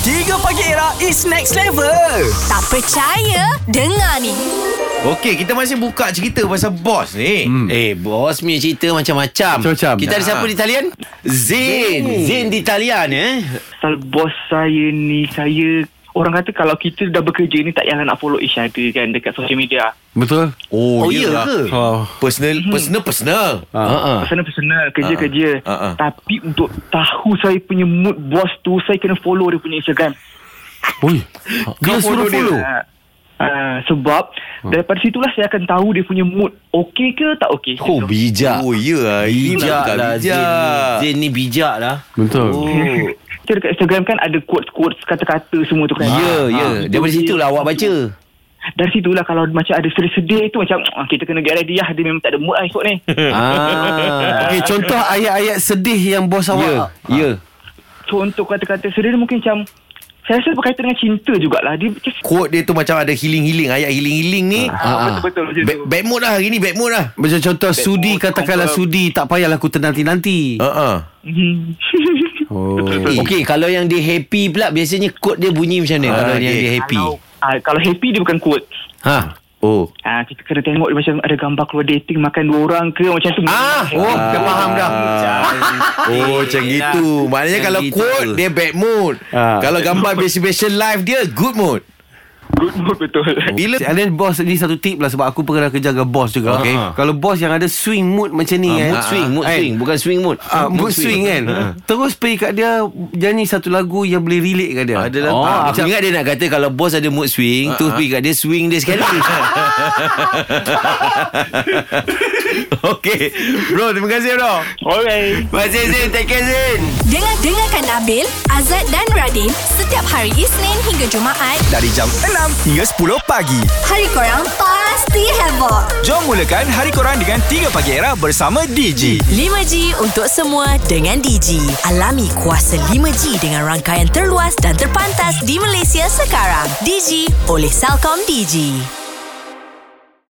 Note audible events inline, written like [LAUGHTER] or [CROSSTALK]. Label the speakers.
Speaker 1: 3 Pagi Era is next level.
Speaker 2: Tak percaya? Dengar ni.
Speaker 3: Okey, kita masih buka cerita pasal bos ni. Hmm.
Speaker 4: Eh, bos punya cerita macam-macam.
Speaker 5: Macam-macam.
Speaker 4: Kita ada siapa di talian? Zain. Zain di talian eh.
Speaker 6: pasal bos saya ni saya orang kata kalau kita dah bekerja ni tak payahlah nak follow each other kan dekat social
Speaker 3: Ah.
Speaker 6: media
Speaker 5: Betul?
Speaker 3: Oh,
Speaker 4: Oh, ya
Speaker 3: lah.
Speaker 4: ke?
Speaker 5: Oh.
Speaker 3: Personal, personal, personal.
Speaker 4: Ha ah.
Speaker 6: personal-personal kerja-kerja
Speaker 3: Ah, ah, ah.
Speaker 6: tapi untuk tahu saya punya mood bos tu saya kena follow dia punya Instagram
Speaker 5: Ui.
Speaker 4: Ha.
Speaker 5: Dia suruh follow.
Speaker 6: Ah, ah, sebab daripada situlah saya akan tahu dia punya mood okey ke tak okey
Speaker 4: Oh, bijak.
Speaker 3: Oh, ya lah. Ini
Speaker 4: Bijak
Speaker 3: bukan
Speaker 4: lah Zain ni. Zain ni bijak lah.
Speaker 5: Betul.
Speaker 4: Oh.
Speaker 6: kita dekat Instagram kan ada quotes-quotes kata-kata semua tu kan
Speaker 4: Ya, ya.
Speaker 3: Ah,
Speaker 4: Daripada situ lah awak baca.
Speaker 6: dari situlah kalau macam ada sedih-sedih tu macam ah, kita kena get ready lah dia memang tak ada mood lah esok
Speaker 3: [LAUGHS]
Speaker 6: ni
Speaker 3: Hmm.
Speaker 4: ah.
Speaker 5: Okay, contoh ayat-ayat sedih yang bos
Speaker 4: Ya,
Speaker 5: awak.
Speaker 4: ya.
Speaker 6: contoh kata-kata sedih ni mungkin macam saya rasa berkaitan dengan cinta jugalah dia macam
Speaker 3: Quote dia tu macam ada healing-healing. Ayat healing-healing ni.
Speaker 4: Ah, ah.
Speaker 6: betul macam
Speaker 3: Back,
Speaker 6: tu
Speaker 3: back mood lah hari ni. Back mood lah.
Speaker 5: Macam contoh sudi
Speaker 6: mood,
Speaker 5: katakanlah
Speaker 6: confirm.
Speaker 5: sudi tak payahlah aku tenanti-nanti.
Speaker 4: Ha.
Speaker 3: Uh-uh.
Speaker 6: Mhm.
Speaker 5: Oh.
Speaker 4: [LAUGHS] Okey, Mm-hmm. kalau yang dia happy pula biasanya kod dia bunyi macam
Speaker 3: Ah,
Speaker 4: mana kalau
Speaker 3: okey.
Speaker 4: yang dia happy?
Speaker 6: kalau, ah, kalau happy dia bukan quote
Speaker 4: Ha.
Speaker 3: Oh.
Speaker 6: Ah, kita kena tengok dia macam ada gambar keluar dating makan dua orang ke macam tu
Speaker 5: Ah, oh, dah faham dah.
Speaker 4: [LAUGHS]
Speaker 3: Oh macam gitu Maknanya
Speaker 4: Ah. Macam
Speaker 3: kalau
Speaker 4: gitu.
Speaker 3: quote Dia bad mood
Speaker 5: Ah.
Speaker 3: Kalau gambar Basic-basic live dia Good mood
Speaker 6: good mood betul
Speaker 4: Oh.
Speaker 3: Bila
Speaker 5: And then bos ni satu tip lah sebab aku pernah kerja dengan bos juga. Ha.
Speaker 3: Okay.
Speaker 5: Kalau bos yang ada swing mood macam ni eh.
Speaker 4: Ah, Mood swing, mood
Speaker 3: ah.
Speaker 5: eh,
Speaker 4: swing, bukan swing Ha. mood.
Speaker 5: Ah, mood swing kan Terus pergi kat dia Nyanyi satu lagu Yang boleh relate kat dia
Speaker 3: Ada lah.
Speaker 4: Oh,
Speaker 3: Ah,
Speaker 4: aku ingat dia nak kata kalau bos ada mood swing, terus pergi kat dia swing dia
Speaker 3: [LAUGHS]
Speaker 4: sekali. [LAUGHS]
Speaker 3: Okay Bro terima kasih bro
Speaker 6: alright
Speaker 3: Masih Zin Take care Zin
Speaker 2: Dengar-dengarkan Abil, Azad dan Radin setiap hari Isnin hingga Jumaat.
Speaker 1: Dari jam 6 hingga 10 pagi.
Speaker 2: Hari korang pasti heboh.
Speaker 1: Jom mulakan hari korang dengan 3 Pagi Era bersama DG.
Speaker 7: 5G untuk semua dengan Digi. Alami kuasa 5G dengan rangkaian terluas dan terpantas di Malaysia sekarang. Digi oleh Salcom Digi.